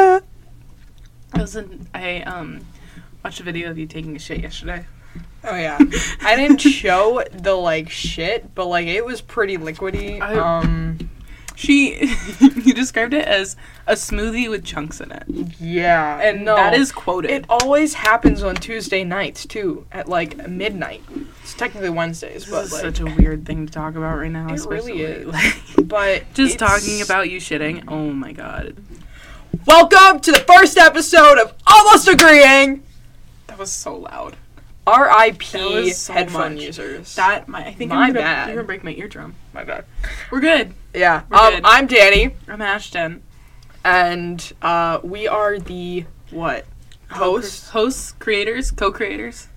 I was in, I um watched a video of you taking a shit yesterday. Oh yeah. I didn't show the like shit, but like it was pretty liquidy. I- um She you described it as a smoothie with chunks in it. yeah. And no. that is quoted. it always happens on Tuesday nights too, at like midnight. It's technically Wednesdays, this but is like such a weird thing to talk about right now. It especially, really is. Like, but just it's- talking about you shitting. Oh my god. Welcome to the first episode of Almost Agreeing. That was so loud. That R.I.P. was so headphone much. users. That my I think My I'm gonna, bad. You're gonna break my eardrum. my bad. We're good. Yeah. We're Um, good. I'm Danny, I'm Ashton. and uh, we are the what hosts. Hosts, creators, co creators,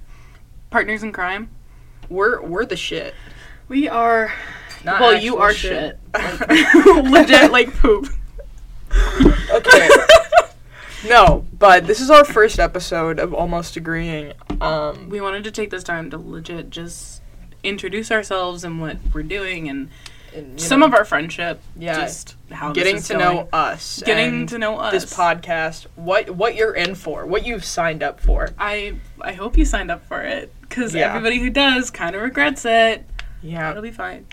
partners in crime. We're we're the shit. We are Not Well, you actual are shit. Like, legit like poop. okay. No, but this is our first episode of Almost Agreeing. Um, we wanted to take this time to legit just introduce ourselves and what we're doing and and, you some know, of our friendship. Yeah. Just how this getting is to going. know us, getting and to know us. this podcast, what what you're in for, what you've signed up for. I I hope you signed up for it because Yeah. everybody who does kind of regrets it. Yeah, It'll be fine.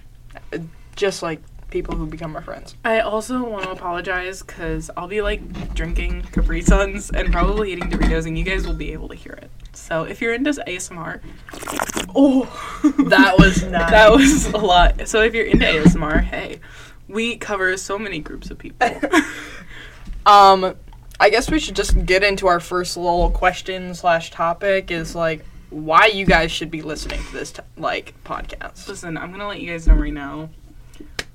just like people who become our friends. I also want to apologize because I'll be like drinking Capri Suns and probably eating Doritos, and you guys will be able to hear it. So if you're into ASMR, Oh, that was nice. that was a lot. So if you're into ASMR, hey, we cover so many groups of people. Um, I guess we should just get into our first little question slash topic is like why you guys should be listening to this t- like podcast. Listen, I'm gonna let you guys know right now.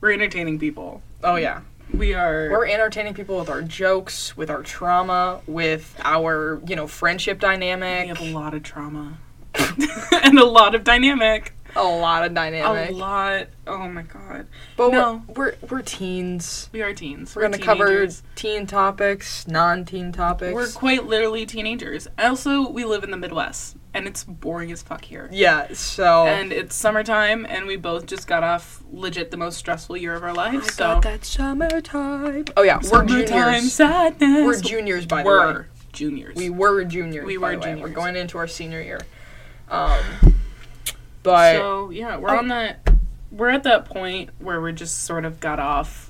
We're entertaining people. Oh yeah, We are. we're entertaining people with our jokes, with our trauma, with our you know friendship we dynamic, have a lot of trauma and a lot of dynamic. a lot of A dynamic. lot. Oh my god. but no. we're, we're we're teens. We are teens. We're gonna cover teenagers. teen topics, non-teen topics. We're quite literally teenagers. Also, we live in the Midwest, and it's boring as fuck here. yeah, so And it's summertime, and we both just got off legit the most stressful year of our Oh lives. so that summertime. Oh yeah, we're summertime juniors. sadness. We're juniors by the way. We're juniors. We were juniors. We by were the way. We're juniors. going into our senior year. Um, but so yeah, we're Oh. on that. We're at that point where we're just sort of got off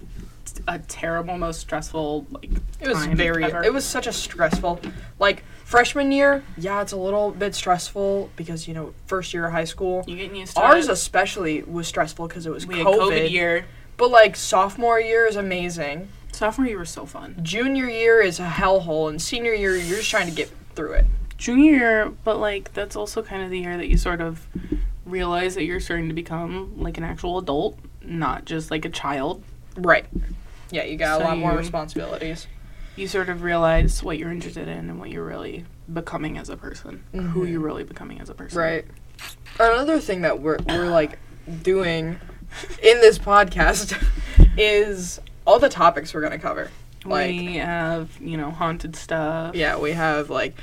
a terrible, most stressful like. it was time very. ever. It was such a stressful. Like freshman year, yeah, it's a little bit stressful because you know first year of high school. You getting used to Ours it. especially was stressful because it was we COVID. had COVID year. But like sophomore year is amazing. Sophomore year was so fun. Junior year is a hellhole, and senior year you're just trying to get through it. Junior year, but like that's also kind of the year that you sort of realize that you're starting to become like an actual adult, not just like a child. Right. Yeah, you got So a lot more you- responsibilities. You sort of realize what you're interested in and what you're really becoming as a person, who Mhm. you're really becoming as a person. Right. Another thing that we're we're like doing in this podcast is all the topics we're gonna cover. Like- we have you know haunted stuff, Yeah, we have like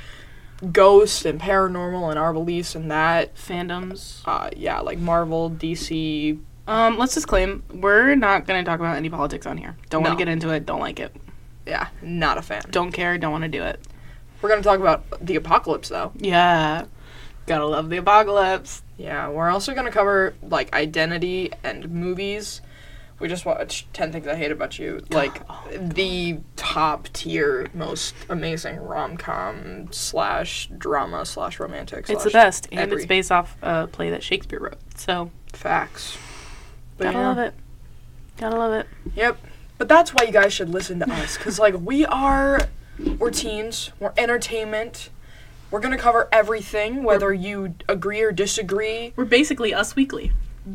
ghosts and paranormal and our beliefs and that. fandoms. Uh, yeah, like Marvel, DC. Um, let's just claim we're not going to talk about any politics on here. Don't want No. to get into it. Don't like it. Yeah, not a fan. Don't care. Don't want to do it. We're gonna talk about the apocalypse though. Yeah. Gotta love the apocalypse. Yeah, we're also gonna cover like identity and movies. We just watched Ten Things I Hate About You, like Oh, the top tier, most amazing rom com slash drama slash romantic. It's the slash best, and every- it's based off a play that Shakespeare wrote. So Facts. But gotta yeah. love it. Gotta love it. Yep. But that's why you guys should listen to us, cause like we are, we're teens, we're entertainment. We're gonna cover everything, whether you agree or disagree. We're basically Us Weekly.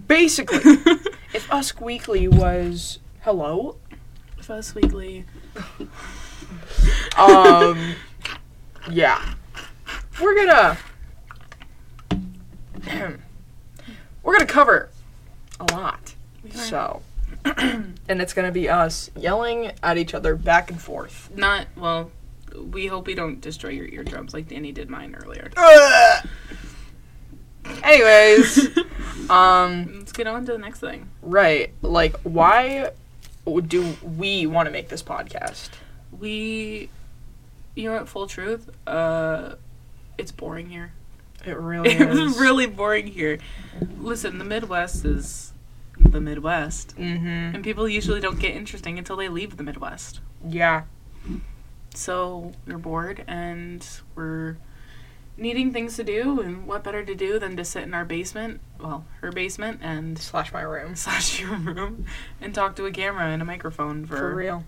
Basically, if if Us Weekly was hello, Us Weekly. Um, yeah, we're gonna we're gonna cover a lot. So, and it's gonna be us yelling at each other back and forth. Not, well, we hope we don't destroy your eardrums like Danny did mine earlier. Anyways, um, Let's get on to the next thing. right, like um, why do we want to make this podcast? We, you know what, full truth, uh, it's boring here. It really It's is. really boring here. Listen, the Midwest is the Midwest. Mm-hmm. And people usually don't get interesting until they leave the Midwest. Yeah. So we're bored and we're needing things to do, and what better to do than to sit in our basement, well, her basement, and Slash my room. slash your room and talk to a camera and a microphone for, For real.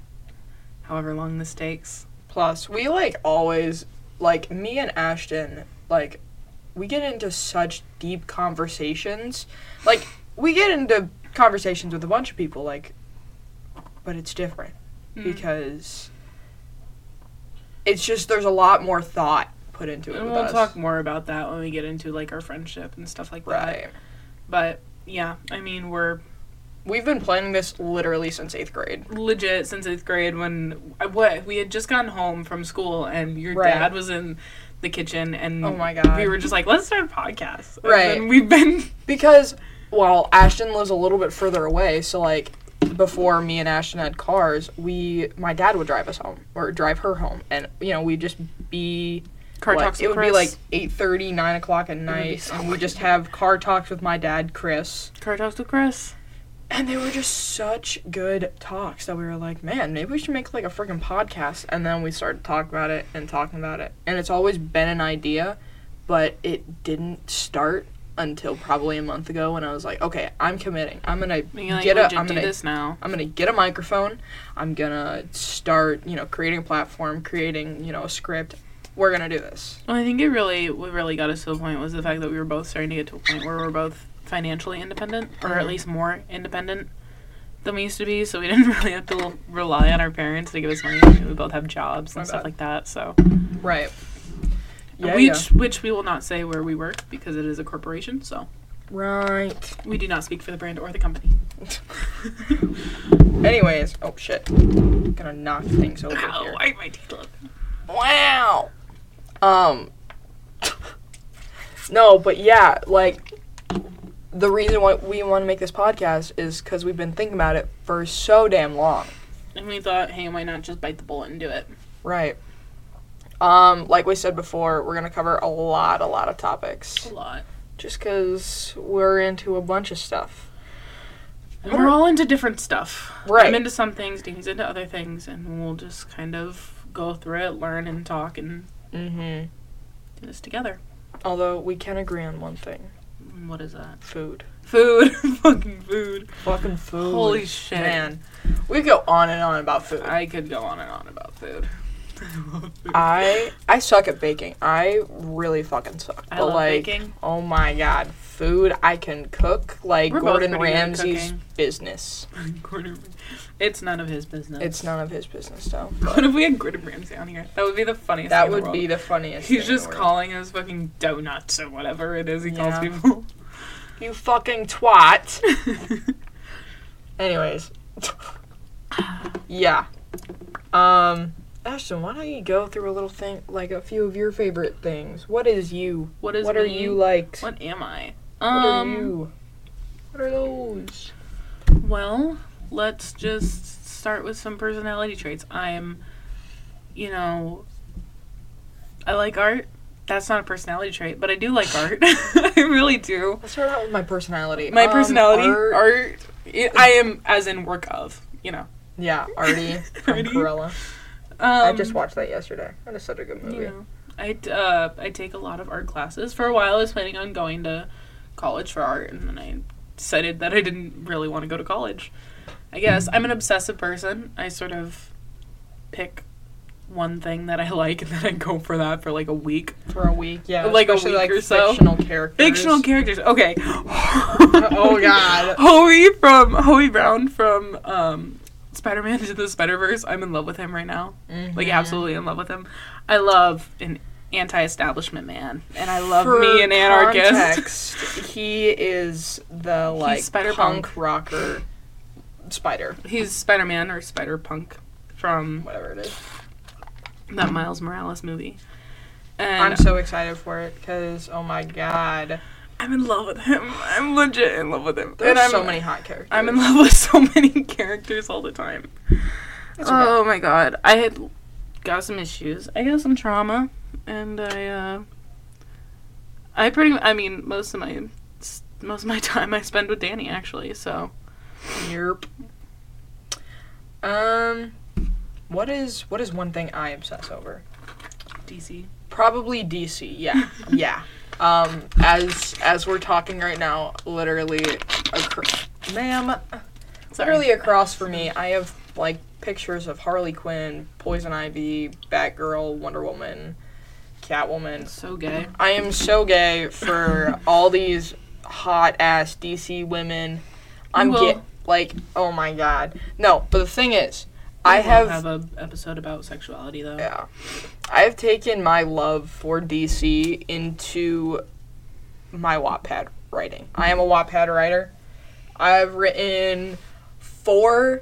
however long this takes. Plus, we like always like me and Ashton like we get into such deep conversations. Like we get into conversations with a bunch of people like but it's different Mm. Hmm. because it's just there's a lot more thought put into it And with we'll us. talk more about that when we get into like our friendship and stuff like that. right. But yeah, I mean we're We've been planning this literally since 8th grade. legit since eighth grade when I- what we had just gotten home from school and your Right. dad was in the kitchen and Oh my God. we were just like let's start a podcast And Right. then we've been Because, well, Ashton lives a little bit further away, so like before me and Ashton had cars, we my dad would drive us home or drive her home, and you know we'd just be car what, talks It with would be like Chris. 8:30, 9 o'clock at would be night, so and we late. just have car talks with my dad, Chris, car talks with Chris. and they were just such good talks that we were like, man, maybe we should make like a freaking podcast, and then we started talking about it and talking about it, and it's always been an idea, but it didn't start until probably a month ago when I was like, okay, I'm committing. I'm gonna Being like, get a, legit, I'm do gonna this now. I'm gonna get a microphone. I'm gonna start, you know, creating a platform, creating, you know, a script. We're gonna do this. Well, I think it really what really got us to the point was the fact that we were both starting to get to a point where we were both financially independent, or at Mhm. least more independent than we used to be. So we didn't really have to rely on our parents to give us money. I mean, we both have jobs My and stuff bad. like that. So Right. Yeah, yeah. which which we will not say where we work because it is a corporation. So Right. we do not speak for the brand or the company. Anyways, oh shit. Gonna knock things over Ow! here. I, my teeth look. Wow. Um. No, but yeah, like the reason why we want to make this podcast is because we've been thinking about it for so damn long. And we thought, hey, why not just bite the bullet and do it? Right. Um, like we said before, we're gonna cover a lot, a lot of topics, A lot. just because we're into a bunch of stuff. And we're all into different stuff. Right. I'm into some things, Dean's into other things, and we'll just kind of go through it, learn and talk and Mm-hmm. do this together. Although we can agree on one thing: And What is that? food. Food. Fucking food. Fucking food. Holy shit. Man, we go on and on about food. I could go on and on about food. I love food. I I suck at baking. I really fucking suck. I but love like, baking. oh my god, food! I can cook like We're both Gordon pretty good at Ramsay's cooking. business. Gordon- it's none of his business. It's none of his business though. What if we had Gordon Ramsay on here? That would be the funniest That thing in the would be world. the funniest. He's thing in just the world. calling us fucking donuts or whatever it is he Yeah. calls people. You fucking twat. Anyways. yeah. Um Ashton, why don't you go through a little thing like a few of your favorite things? What is you? What is what are me? you like? What am I? What um, are you? What are those? Well, let's just start with some personality traits. I'm, you know, I like art. That's not a personality trait, but I do like art. I really do. Let's start out with my personality. My Um, personality, Art, art. it- I am as in work of, you know. Yeah, Artie from Artie. Cruella. Um, I just watched that yesterday. That is such a good movie. You know, I t- uh, I take a lot of art classes. For a while, I was planning on going to college for art, and then I decided that I didn't really want to go to college. I guess I'm an obsessive person. I sort of pick one thing that I like, and then I go for that for like a week. For a week, yeah. Like a especially, week like or so. Fictional characters. Fictional characters. Okay. Oh oh god. Hoey from Hoey Brown from um, Spider-Man to the Spider-Verse. I'm in love with him right now. Like Mhm. absolutely in love with him. I love an anti-establishment man, and I love For me an anarchist. context, he is the like Spider punk rocker spider, He's Spider-Man or Spider-Punk from whatever it is. that Miles Morales movie. And I'm so excited for it because oh my god, I'm in love with him. I'm legit in love with him. There and are I'm, so many hot characters. I'm in love with so many characters all the time. Oh my god, I had got some issues. I got some trauma, and I, uh, I pretty. I mean, most of my s- most of my time I spend with Danny actually. So Yerp. Um, what is what is one thing I obsess over? DC. Probably DC. Yeah, yeah. Um, as as we're talking right now, literally, acro- ma'am, Sorry. literally across from me, I have like pictures of Harley Quinn, Poison Ivy, Batgirl, Wonder Woman, Catwoman, so gay. I am so gay for all these hot ass DC women. I'm will- get like, oh my god. No, but the thing is, We I will have, have a episode about sexuality though. yeah, I've taken my love for DC into my Wattpad writing. I am a Wattpad writer. I've written four,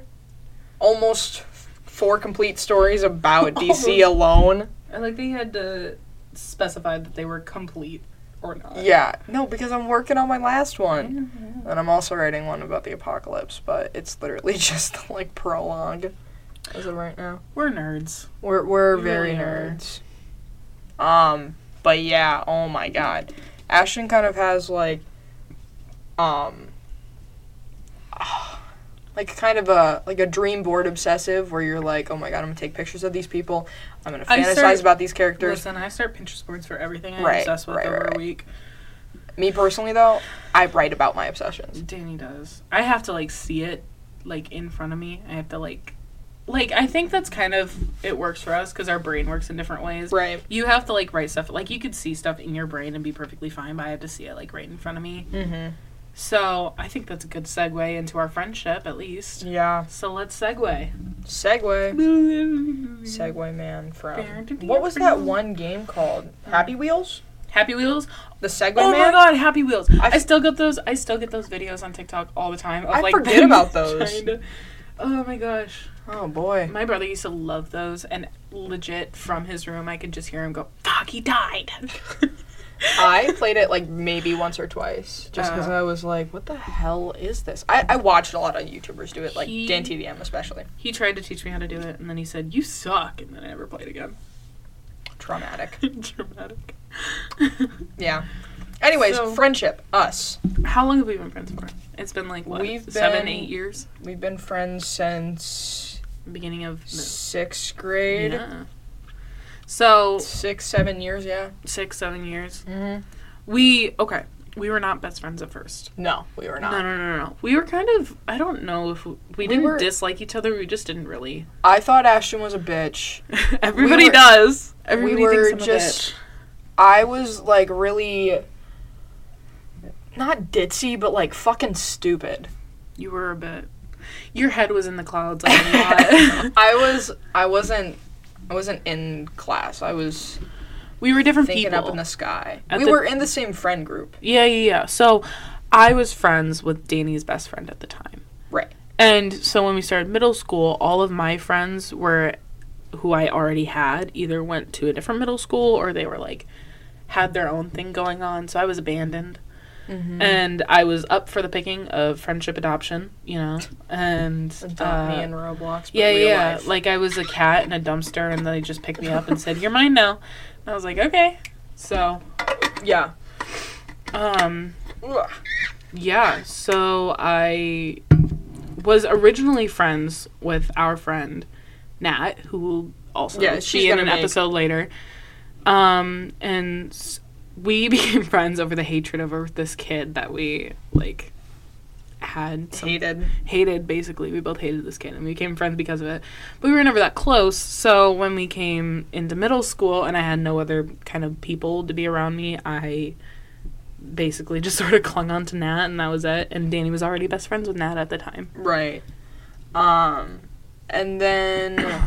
almost four complete stories about DC alone. I like they had to specify that they were complete or not. Yeah, no, because I'm working on my last one. And I'm also writing one about the apocalypse, but it's literally just like prologue as of right now. We're nerds. We're we're We very really are. nerds. Um, but yeah, oh my god. Ashton kind of has like um like kind of a like a dream board obsessive where you're like, "Oh my god, I'm going to take pictures of these people. I'm going to I fantasize start- about these characters." Listen, I start Pinterest boards for everything I'm Right, obsessed with right, over right, a week. Me personally though, I write about my obsessions. Danny does. I have to like see it like in front of me. I have to like like I think that's kind of it works for us because our brain works in different ways. Right. You have to like write stuff. Like you could see stuff in your brain and be perfectly fine, but I have to see it like right in front of me. Mhm. So I think that's a good segue into our friendship, at least. Yeah. So let's segue. Segway. Segway Man from Baron- what was that one game called? Happy Wheels? Happy Wheels. The Segway Oh my Man. god, Happy Wheels! I I f- still get those. I still get those videos on TikTok all the time. Of, I like, forget them about those. trying to- oh my gosh, Oh boy. my brother used to love those, and legit from his room, I could just hear him go, "Fuck, he died." I played it like maybe once or twice, just because Uh. I was like, "What the hell is this?" I, I watched a lot of YouTubers do it, like He- Dan TDM especially. he tried to teach me how to do it, and then he said, "You suck," and then I never played again. Traumatic. Dramatic. Yeah. Anyways, So- friendship. Us. How long have we been friends for? It's been like what, We've seven, been- eight years. We've been friends since Beginning of. the- sixth grade. Yeah. So Six, seven years. Yeah. six, seven years. Mm-hmm. We okay. We were not best friends at first. No, we were not. No, no, no, no. We were kind of. I don't know if we, we didn't were- dislike each other. We just didn't really. I thought Ashton was a bitch. Everybody were- does. Everybody we were thinks I'm just I was like really not ditzy but like fucking a stupid. bitch. You were a bit. Your head was in the clouds a lot. I was I wasn't I wasn't in class. I was we were different thinking people. up in the sky. At we the- were in the same friend group. yeah, yeah, yeah. So, I was friends with Danny's best friend at the time. Right. And so when we started middle school, all of my friends were who I already had either went to a different middle school or they were like had their own thing going on. So I was abandoned. Mm-hmm. And I was up for the picking of friendship adoption, you know, and Adopt me uh, in Roblox. But yeah, real yeah, life. like I was a cat in a dumpster, and they just picked me up and said, "You're mine now." And I was like, "Okay." So, yeah. um, Ugh. yeah, so I was originally friends with our friend Nat, who will also Yeah, she's be in gonna an make- episode later. Um, and s- we became friends over the hatred over this kid that we like had some- Hated. hated basically. We both hated this kid and we became friends because of it. But we were never that close. So when we came into middle school and I had no other kind of people to be around me, I basically just sort of clung on to Nat and that was it. And Danny was already best friends with Nat at the time. Right. Um and then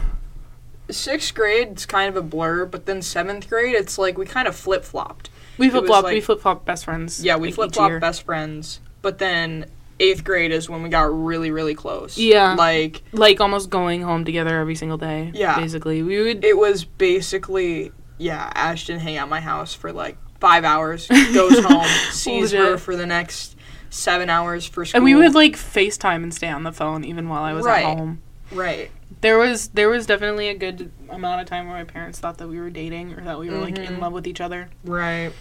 sixth grade it's kind of a blur, but then seventh grade it's like we kind of flip flopped. We It was flip flopped we like- flip flopped best friends. Yeah, we like, each flip flop year. best friends, but then eighth grade is when we got really, really close. Yeah. Like, like almost going home together every single day. Yeah. Basically. We would it was basically, yeah, Ashton hang out my house for like five hours, goes home, sees her Legit. for the next seven hours for school. And we would like FaceTime and stay on the phone even while I was Right. at home. right, There was there was definitely a good amount of time where my parents thought that we were dating or that we were like in Mhm. love with each other. right.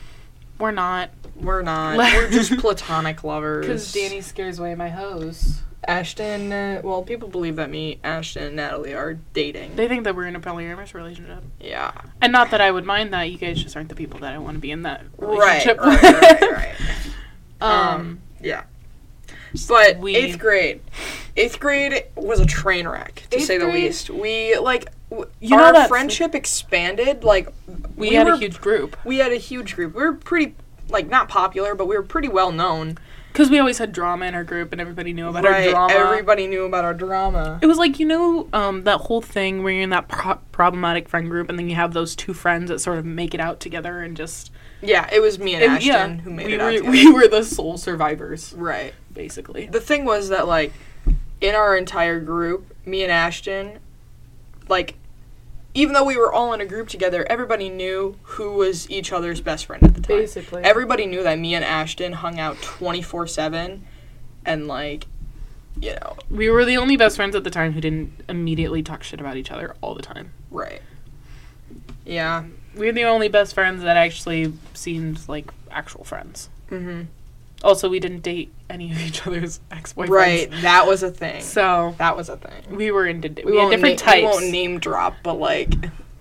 We're not We're not. Like- We're just platonic lovers. because Danny scares away my hose. Ashton. Uh, well, people believe that me, Ashton, and Natalie are dating. They think that we're in a polyamorous relationship, yeah. and not that I would mind that. You guys just aren't the people that I want to be in that Right. Right. relationship. Right. with. right, right. um, Yeah. But we- eighth grade, eighth grade was a train wreck to Eighth say the grade- least. We like w- You know our that- friendship expanded. Like we, had were, a huge group we had a huge group. We were pretty like not popular, but we were pretty well known. because we always had drama in our group, and everybody knew about our drama. Everybody knew about our drama. It was like you know um, that whole thing where you're in that pro- problematic friend group, and then you have those two friends that sort of make it out together, and just Yeah, it was me and and, Ashton yeah, who made we it were out. together. we were the sole survivors right. basically. The thing was that like in our entire group, me and Ashton, like even though we were all in a group together, everybody knew who was each other's best friend at the time. Basically, Everybody knew that me and Ashton hung out 24/7 and like you know, we were the only best friends at the time who didn't immediately talk shit about each other all the time. right. Yeah. We were the only best friends that actually seemed like actual friends. Mhm. Also, we didn't date any of each other's ex-boyfriends. Right. That was a thing. So That was a thing. we were into di- We, we, had won't different na- types. We won't name drop, but like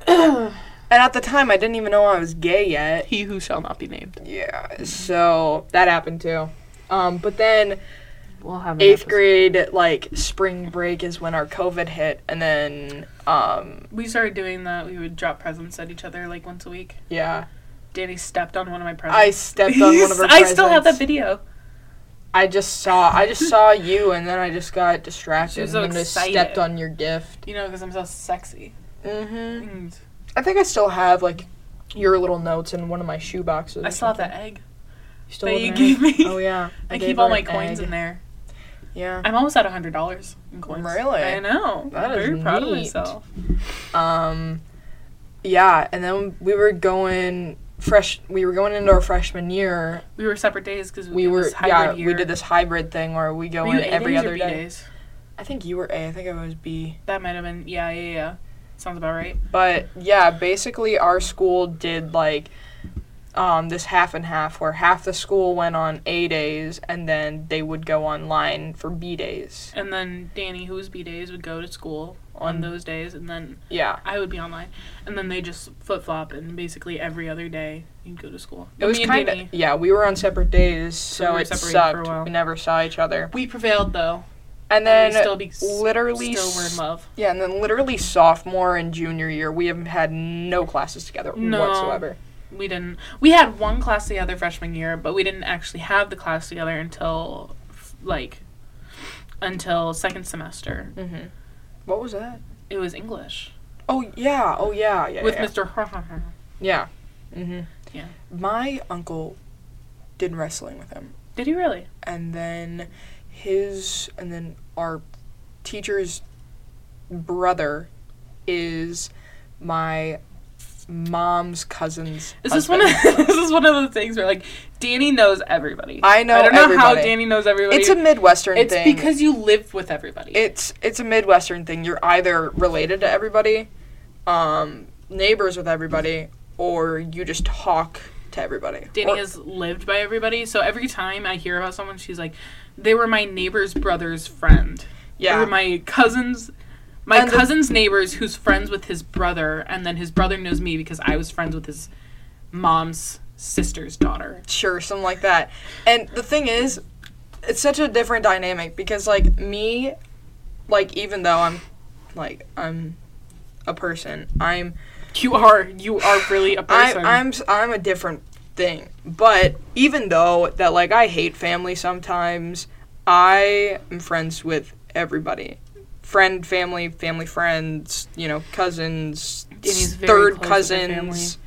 And at the time I didn't even know I was gay yet. he who shall not be named. Yeah, so that happened too. Um, but then We'll have an eighth episode. grade, like spring break, is when our COVID hit, and then um, We started doing that. We would drop presents at each other like once a week. yeah, Danny stepped on one of my presents. I stepped on one of her. I still have that presents. video. I just saw, I just saw you, and then I just got distracted She was so and then just excited. stepped on your gift. You know, because I'm so sexy. Mm-hmm. Mm. I think I still have like your little notes in one of my shoe boxes. I still have that egg You still that have you an gave egg? me. Oh yeah, I, gave keep all her my an coins egg. in there. Yeah. I'm almost at hundred dollars in coins. Really? I know. That I'm is very proud of neat. myself. Um, yeah, and then we were going fresh. We were going into our freshman year. We were separate days because We were this yeah. hybrid year. We did this hybrid thing where we go Were you in A every days other or B day. days? I think you were A. I think I was B. That might have been yeah yeah yeah. Sounds about right. But yeah, basically our school did like um, this half and half where half the school went on A days and then they would go online for B days. And then Danny, who was B days, would go to school On- on those days, and then Yeah. I would be online, and then they just flip flop, and basically every other day you'd go to school. It was Me and kind of Danny, yeah. We were on separate days, we so were it separated for a sucked. while. We never saw each other. we prevailed though, And and then we still be literally still were in love. Yeah, and then literally sophomore and junior year, we have had no classes together No. whatsoever. We didn't. We had one class together freshman year, but we didn't actually have the class together until f- like until second semester. Mm-hmm. What was that? It was English Oh yeah, oh yeah, yeah, with yeah. Mr. yeah. Mm-hmm. Yeah. My uncle did wrestling with him, Did he really? and then his, and then our teacher's brother is my mom's cousin's. This is one of this is one of those things where like Danny knows everybody. I know I don't know how everybody. Danny knows everybody. It's a midwestern It's thing. because you live with everybody. it's it's a midwestern thing you're either related to everybody um neighbors with everybody or you just talk to everybody Danny Or- has lived by everybody, so every time I hear about someone, she's like, "They were my neighbor's brother's friend." They yeah were my cousins. My And the- cousin's neighbors, who's friends with his brother, and then his brother knows me because I was friends with his mom's sister's daughter. sure something like that and the thing is it's such a different dynamic because like me like even though i'm like i'm a person i'm You are you are really a I, person. i'm s- i'm a different thing but even though that like i hate family sometimes i am friends with everybody friend family family friends you know cousins Danny's very third close with her family. cousins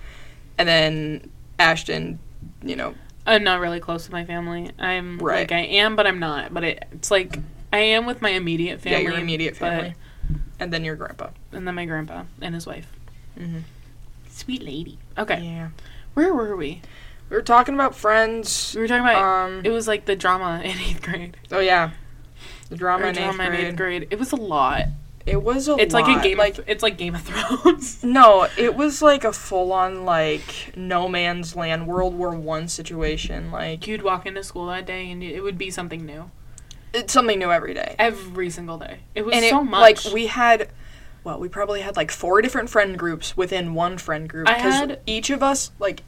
and then ashton you know I'm not really close with my family. I'm Right. like I am, but I'm not. But it, it's like I am with my immediate yeah family. your immediate but- family and then your grandpa and then my grandpa and his wife. Mhm. Sweet lady. Okay, yeah where were we? We were talking about friends. We were talking about Um, it was like the drama in eighth grade. oh yeah, the drama, Or in, eighth drama in grade. eighth grade. It was a lot. It was a. It's like a lot. game. Like of, it's like Game of Thrones. no, it was like a full on like no man's land, World War One situation. Like You'd walk into school that day and it would be something new it's something new every day. every single day. It was and so it, much. Like we had, well, we probably had like four different friend groups within one friend group. I 'cause had- each of us like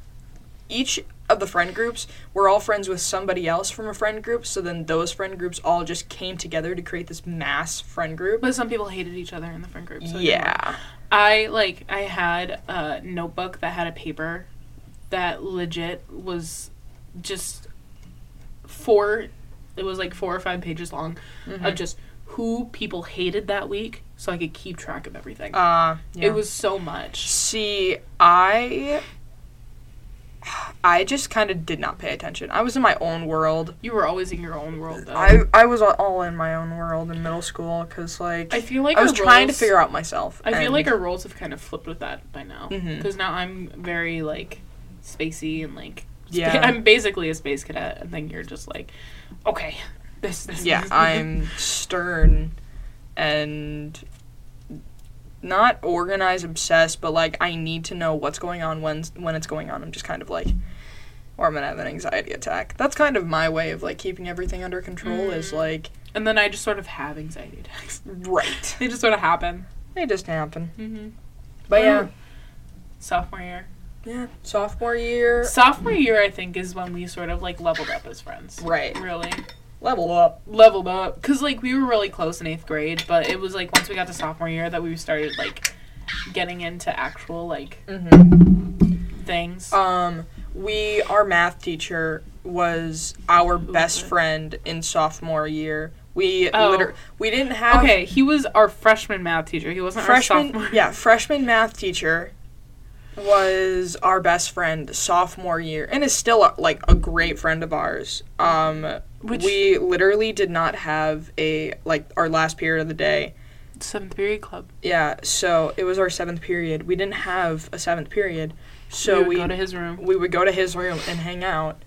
each of the friend groups were all friends with somebody else from a friend group. So then those friend groups all just came together to create this mass friend group. but some people hated each other in the friend group. So it didn't work. yeah, I like I had a notebook that had a paper that legit was just four. It was like four or five pages long of Mm-hmm. just who people hated that week, so I could keep track of everything. uh, yeah. It was so much. See, I. I just kind of did not pay attention. I was in my own world. You were always in your own world, though. I, I was all in my own world in middle school because like I feel like I was our trying to roles- figure out myself. I feel and- like our roles have kind of flipped with that by now. Because Mhm. now I'm very like spacey and like spa- Yeah. I'm basically a space cadet, and then you're just like, okay, this this. yeah, this- I'm stern and not organized, obsessed, but like I need to know what's going on when when it's going on. I'm just kind of like, or I'm gonna have an anxiety attack. That's kind of my way of like keeping everything under control. Is Mm. like And then I just sort of have anxiety attacks. right, They just sort of happen. they just happen. Mhm. But yeah, Sophomore year. yeah, sophomore year, Sophomore year, I think, is when we sort of like leveled up as friends. right, Really level up. leveled up because like we were really close in eighth grade, but it was like once we got to sophomore year that we started like getting into actual like Mm-hmm. things. Um, we our math teacher was our best okay. friend in sophomore year. We Oh. liter- we didn't have Okay, he was our freshman math teacher. He wasn't our freshman sophomore. yeah freshman math teacher was our best friend sophomore year and is still uh, like a great friend of ours um Which we literally did not have a like our last period of the day seventh period club. yeah so it was our seventh period we didn't have a seventh period So so we, would we go to his room. we would go to his room and hang out.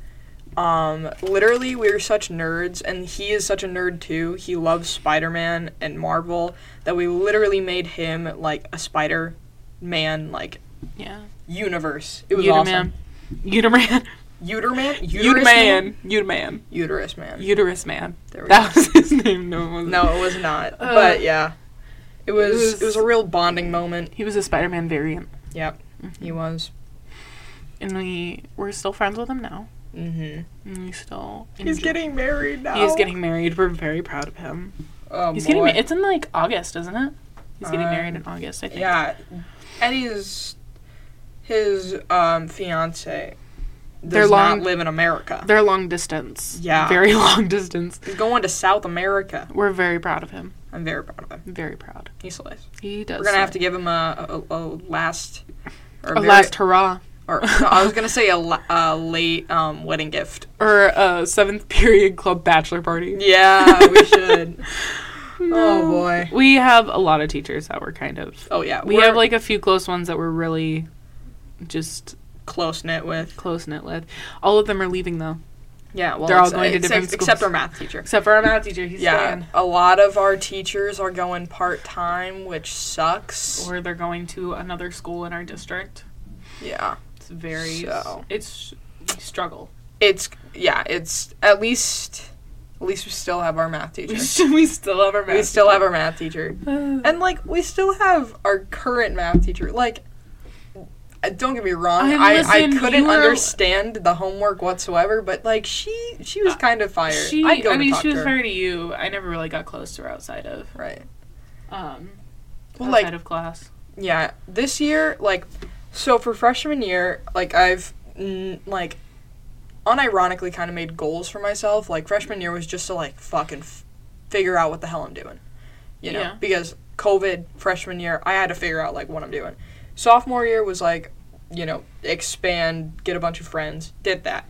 Um, literally, we were such nerds, and he is such a nerd too. He loves Spider Man and Marvel that we literally made him like a Spider Man like Yeah. universe. It was awesome. Uterman. Uterman, uterus man, Uterman. Uterman. uterus man. Uterus man. There we That was his name. No, it wasn't. go. No, it was not. Uh, but yeah, it was, it was- was a real bonding moment. He was a Spider Man variant. Yep, he was. And we we're still friends with him now. Mm-hmm. And we still He's getting married now. He is getting married. We're very proud of him. Oh, He's getting boy. ma- it's in like August, isn't it? He's getting Um, married in August, I think. Yeah, Eddie's his um fiance does They're long- not live in America. They're long distance. Yeah. Very long distance. He's going to South America. We're very proud of him. I'm very proud of him. Very proud. He slays. He does. We're gonna have it. to give him a a, a last or a very- last hurrah Or no, I was gonna say a, la- a late um wedding gift. or a seventh period club bachelor party. Yeah, we should. Oh boy. We have a lot of teachers that were kind of. Oh yeah, We we're have like a few close ones that we're really just close knit with. close knit with. All of them are leaving though, Yeah, well, They're all ex- going to ex- different ex- except schools. our math teacher. except for our math teacher. He's Yeah, staying. a lot of our teachers are going part time, which sucks. Or they're going to another school in our district. yeah. It's very. So. It's we struggle. it's yeah it's at least at least we still have our math We teacher still have our math. we still have our math teacher teacher. and like we still have our current math teacher like uh, don't get me wrong I- i, I listen, couldn't you were- understand the homework whatsoever but like she she was kind of fired Uh, she. i'd go I and mean, talk she to was her fair to you. I never really got close to her outside of right um well outside like of class. yeah this year like so for freshman year like i've n- like unironically kind of made goals for myself like freshman year was just to like fucking f- figure out what the hell i'm doing you know Yeah. because covid freshman year i had to figure out like what i'm doing sophomore year was like you know expand get a bunch of friends did that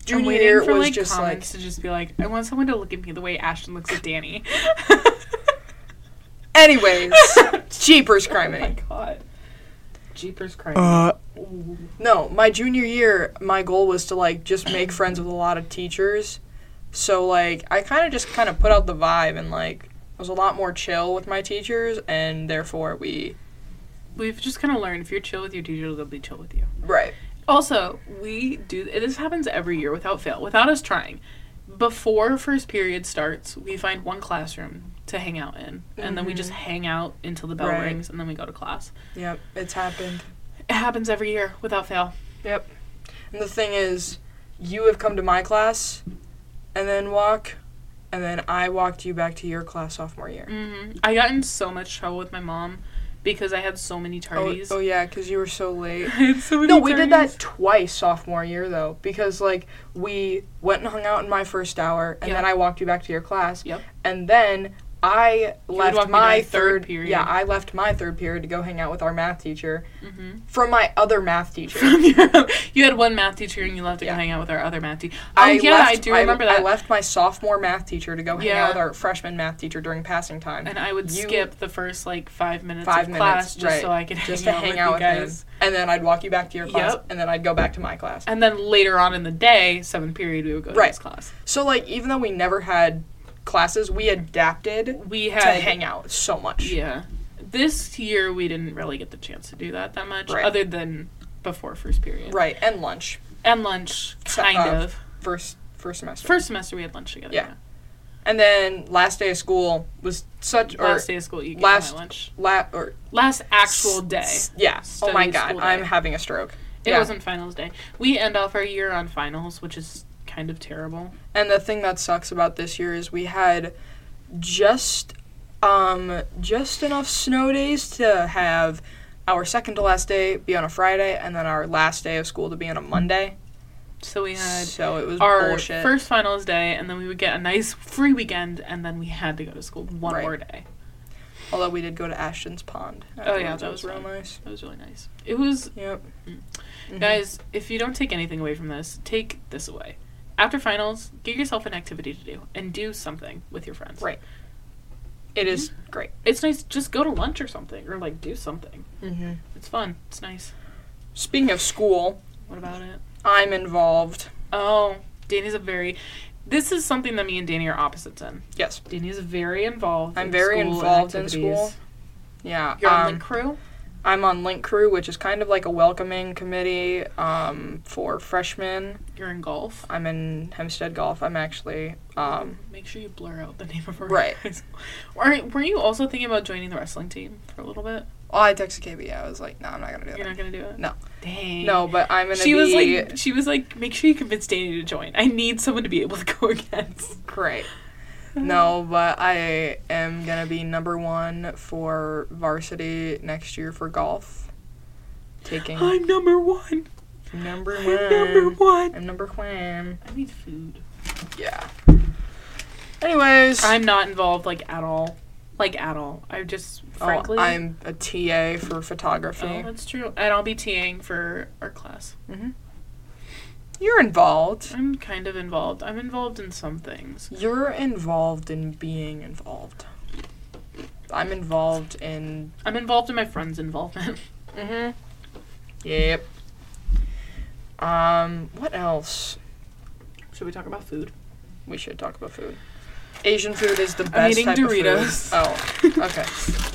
I'm junior waiting year for was like just like comments to just be like, I want someone to look at me the way Ashton looks at Danny. anyways jeepers criminy Oh God. Jeepers Creepers. Uh, Ooh. No, my junior year, my goal was to like just make friends with a lot of teachers. So like I kind of just kind of put out the vibe and like was a lot more chill with my teachers and therefore we We've just kind of learned if you're chill with your teacher, they'll be chill with you. right. Also, we do this happens every year without fail, without us trying. Before first period starts, we find one classroom to hang out in, and then we Mhm. just hang out until the bell Right. rings, and then we go to class. Yep, it's happened. It happens every year without fail. Yep. And the thing is, you have come to my class and then walk and then I walked you back to your class sophomore year. hmm I got in so much trouble with my mom because I had so many Oh, tardies. oh yeah, cuz you were so late. I had so many No, we tardies. did that twice sophomore year though, because like we went and hung out in my first hour, and Yeah. then I walked you back to your class. Yep. And then I would walk left me to my my third third, period. Yeah, I left my third period to go hang out with our math teacher Mhm. from my other math teacher. From your- you had one math teacher and you left to go Yeah. hang out with our other math teacher. Oh I yeah, left, I do remember that. I left my sophomore math teacher to go hang Yeah. out with our freshman math teacher during passing time. and I would You- skip the first like five minutes Five of minutes, class just right. so I could just hang to out hang with out you with guys. him. And then I'd walk you back to your class, Yep. and then I'd go back to my class. And then later on in the day, seventh period, we would go to Right. this class. So, like, even though we never had classes, we adapted We to had hang out so much. Yeah, this year we didn't really get the chance to do that that much, Right. other than before first period Right, and lunch. and lunch, So- kind uh, of. First first semester. First semester we had lunch together. Yeah. and then last day of school was such or Last day of school, you gave last- my lunch. la- or Last actual day. s- yeah. Study Oh my of god, school day. I'm having a stroke. It yeah. wasn't finals day. We end off our year on finals, which is kind of terrible. And the thing that sucks about this year is we had just um just enough snow days to have our second to last day be on a Friday and then our last day of school to be on a Monday. So we had So it was our bullshit. first finals day, and then we would get a nice free weekend, and then we had to go to school one Right. more day. Although we did go to Ashton's Pond. Oh, yeah, afterwards. that It was real fun. nice. That was really nice. It was, mm. Yep. Mhm. guys, if you don't take anything away from this, take this away. After finals, get yourself an activity to do and do something with your friends. Right. It is Mm-hmm. great. It's nice, just go to lunch or something, or like do something. Mm-hmm. It's fun. It's nice. Speaking of school, What about it? I'm involved. Oh, Danny's a very. This is something that me and Danny are opposites in. Yes. Danny's very involved. I'm in very school and involved in school. activities. Yeah. You're on um, Link Crew. I'm on Link Crew, which is kind of like a welcoming committee um, for freshmen. You're in golf. I'm in Hempstead Golf. I'm actually. Um, Make sure you blur out the name of our Right. high school. Are, were you also thinking about joining the wrestling team for a little bit? oh, I texted KB. I was like, no, I'm not going to do You're not that. gonna do it. No. Dang. No, but I'm going to She be was like, she was like, make sure you convince Danny to join. I need someone to be able to go against. great. No, but I am going to be number one for varsity next year for golf. Taking I'm number one. number I'm one. number one. I'm number one. I need food. Yeah. Anyways. I'm not involved like at all, like at all. I just frankly. oh, I'm a TA for photography. Mm-hmm. Oh, that's true. And I'll be TAing for our class. You're involved. I'm kind of involved. I'm involved in some things. You're involved in being involved. I'm involved in. I'm involved in my friends' involvement. Mm-hmm. Yep. Um. What else? Should we talk about food? We should talk about food. Asian food is the best eating type Doritos. of food. Oh,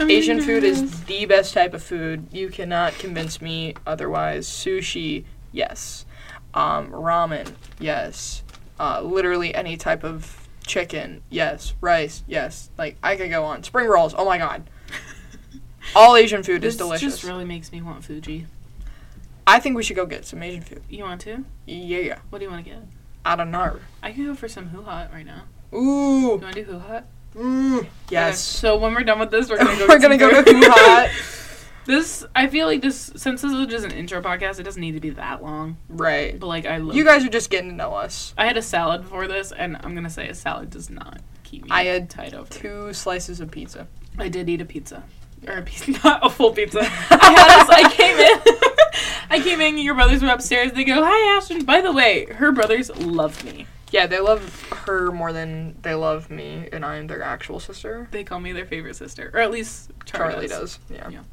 okay. Asian food is the best type of food. You cannot convince me otherwise. Sushi, yes. Um, ramen, yes. Uh, literally any type of chicken, yes. Rice, yes. Like I could go on. Spring rolls, oh my god. All Asian food This is delicious. just really makes me want Fuji. I think we should go get some Asian food. You want to? Yeah, What do you want to get? I don't know. I could go for some hoo hot right now. You Ooh, want to do hoo hot? mm, yes. So when we're done with this, we're gonna go. We're gonna go to Hoo Hot. this I feel like this since this is just an intro podcast, it doesn't need to be that long. Right. But like I love You guys are just getting to know us. I had a salad before this, and I'm gonna say a salad does not keep me. I had tied over. Two slices of pizza. I did eat a pizza, or a pizza, not a full pizza. I had. A, I came in. I came in. Your brothers were upstairs. They go, "Hi, Ashton. By the way, her brothers love me. Yeah, they love her more than they love me, and I'm their actual sister. They call me their favorite sister, or at least Charlie, Charlie does. Yeah. Yeah.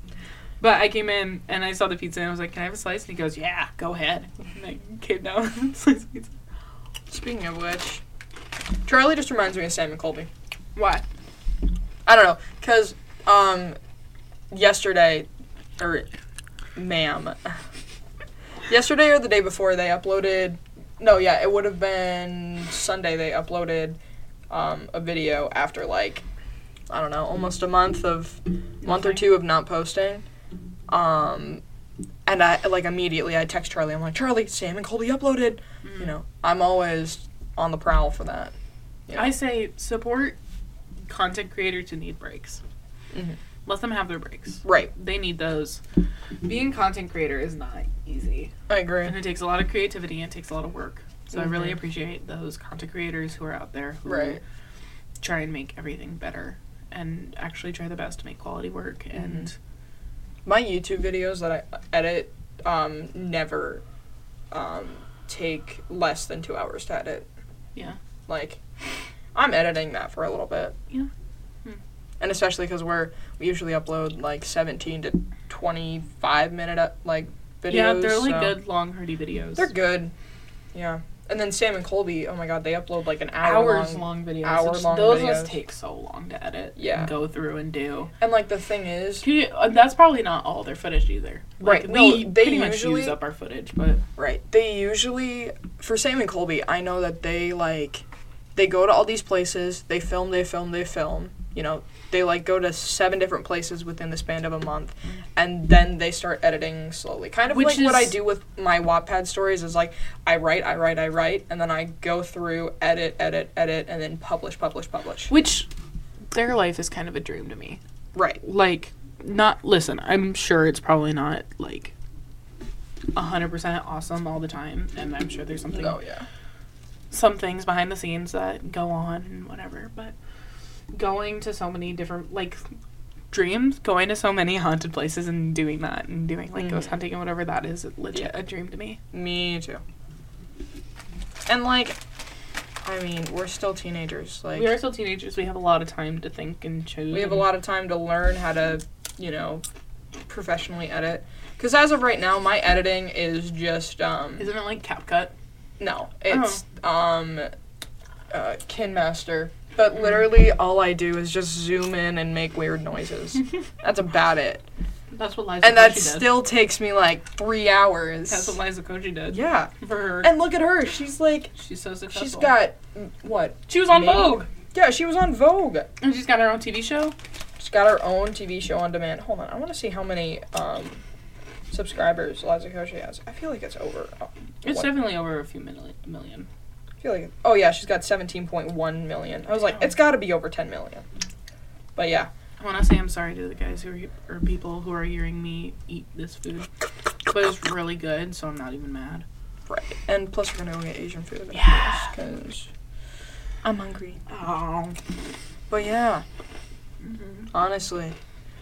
But I came in and I saw the pizza and I was like, "Can I have a slice?" And he goes, "Yeah, go ahead." And I came down and sliced the pizza. Speaking of which, Charlie just reminds me of Sam and Colby. What? I don't know, cause um, yesterday, or ma'am, yesterday or the day before they uploaded. No, yeah, it would have been Sunday. They uploaded um, a video after like I don't know, almost a month of month or Nothing. two of not posting. Um, and I like immediately I text Charlie. I'm like, Charlie, Sam and Colby uploaded. Mm. You know, I'm always on the prowl for that. Yeah. I say support content creators who need breaks. Mhm. Let them have their breaks. Right, They need those. Being content creator is not easy, I agree. and it takes a lot of creativity and it takes a lot of work. So I really Mhm. appreciate those content creators who are out there who Right. try and make everything better and actually try the best to make quality work Mm-hmm. and my YouTube videos that I edit um, never um, take less than two hours to edit. Yeah. Like, I'm editing that for a little bit. Yeah. Hmm. And especially because we're we usually upload like 17 to 25 minute uh, like videos. yeah, they're really so- good long hardy videos. They're good. Yeah. And then Sam and Colby, oh my god, they upload like an hour hours long. long, videos. hour which long those must videos. take so long to edit. Yeah. and go through and do. And like the thing is, Can you- uh, that's probably not all their footage either. Like, Right, We no, they pretty much usually- use up our footage, but Right. They usually, for Sam and Colby, I know that they like, they go to all these places, they film, they film, they film. You know, they like go to seven different places within the span of a month, and then they start editing slowly. Kind of Which like what I is- do with my Wattpad stories is like, I write, I write, I write, and then I go through, edit, edit, edit, and then publish, publish, publish. which their life is kind of a dream to me. Right. Like, not listen. I'm sure it's probably not like hundred percent awesome all the time, and I'm sure there's something Oh yeah. some things behind the scenes that go on and whatever, but going to so many different like dreams, going to so many haunted places and doing that and doing like ghost Mhm. hunting and whatever that is legit a dream to me. Me too. And like, I mean, we're still teenagers. Like we are still teenagers. We have a lot of time to think and choose. We have a lot of time to learn how to, you know, professionally edit. Because as of right now, my editing is just um Isn't it like CapCut? no, it's um uh, KinMaster. But literally, all I do is just zoom in and make weird noises. that's about it, That's what Liza and that Kudrow did. still takes me like three hours. That's what Liza Koji did. yeah, For her. and look at her. She's like, she's so successful. she's got mm, what? She was on Maybe. Vogue. Yeah, she was on Vogue. And she's got her own TV show. She's got her own TV show on demand. Hold on, I want to see how many um, subscribers Liza Koshy has. I feel like it's over. Oh, It's what? definitely over a few million. million. I feel like. Oh yeah, she's got 17.1 million. I was like, it's got to be over 10 million. But yeah, I want to say I'm sorry to the guys who are or people who are hearing me eat this food, but it's really good, so I'm not even mad. right. And plus, we're gonna go get Asian food. Yeah. Because I'm hungry. Oh. But yeah, Mm-hmm. honestly,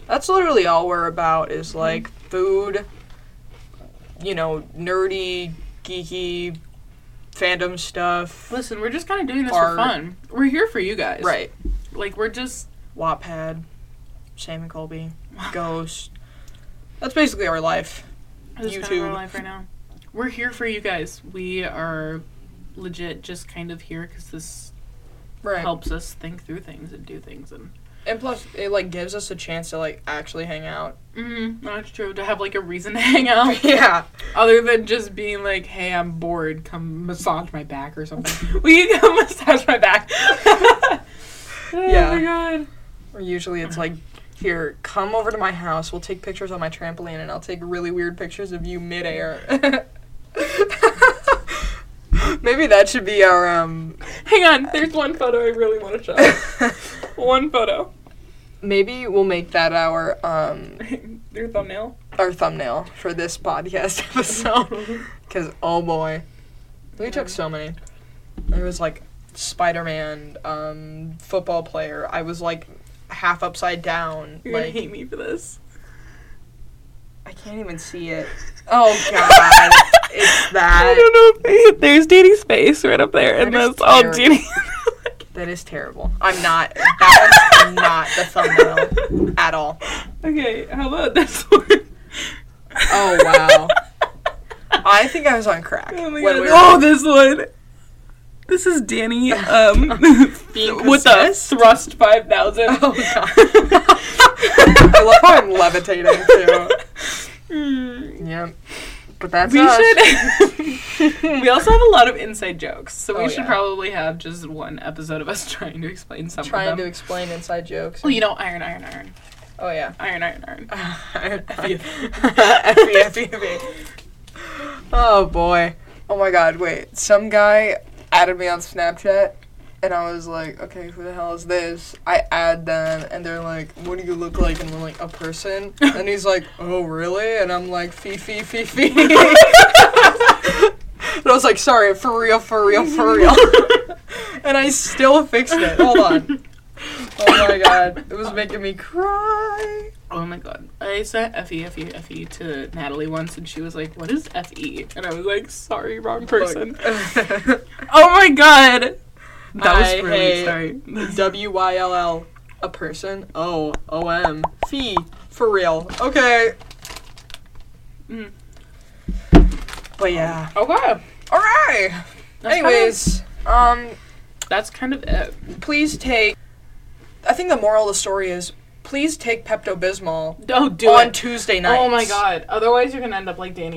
that's literally all we're about is like food. You know, nerdy, geeky, fandom stuff. Listen, we're just kind of doing this Art. for fun. We're here for you guys. Right. Like we're just Wattpad, Sam and Colby, Ghost. That's basically our life. this is kind of YouTube. our life right now. We're here for you guys. We are legit just kind of here because this Right. helps us think through things and do things and. And plus, it like gives us a chance to like actually hang out. Mm-hmm. Mm, that's true. To have like a reason to hang out. yeah. Other than just being like, hey, I'm bored, come massage my back or something. Will you come massage my back? oh Yeah. my god. Or usually it's like, here, come over to my house. We'll take pictures on my trampoline, and I'll take really weird pictures of you midair. Maybe that should be our um. Hang on, there's one photo I really want to show. one photo. Maybe we'll make that our um Your thumbnail. our thumbnail for this podcast episode. Because, oh boy. We took so many. There was like Spider Man, um, football player. I was like half upside down. You're like, gonna hate me for this. I can't even see it. Oh god. it's I that. don't know if they, there's Danny's face right up there, and That is that's all terrible. Danny. That is terrible. I'm not. That is not the thumbnail at all. okay, how about this one? Oh wow. I think I was on crack. Oh, my when God. we were- oh this one. This is Danny um, with the possessed? Thrust 5000. Oh, I love how I'm levitating too. Mm. Yeah. But that's We us. should. we also have a lot of inside jokes, so we Oh, should yeah. probably have just one episode of us trying to explain some trying of to them. Oh, explain inside jokes. well, you know, iron, iron, iron, oh yeah. iron, iron, iron. Effie, effie, effie. E Oh boy. Oh my god, wait. Some guy added me on Snapchat and I was like, okay, who the hell is this? I add them and they're like, what do you look like? And we're like, a person. And he's like, oh really? And I'm like, fee fee fee fee. and I was like, sorry, for real, for real, for real. and I still fixed it. Hold on. Oh my god. It was making me cry. Oh my god. I E, sent Fe, Fe, Fe to Natalie once and she was like, What is Fe? And I was like, Sorry, wrong person. Look. Oh my god. That was I really hate- sorry. W Y L L. A person. O O M. Fee. For real. Okay. Mm. But yeah. Okay. All right. That's Anyways, um, kind of- that's kind of it. please take. I think the moral of the story is please take Pepto Bismol Don't do on it. Tuesday nights. Oh my god. Otherwise, you're gonna end up like Danny.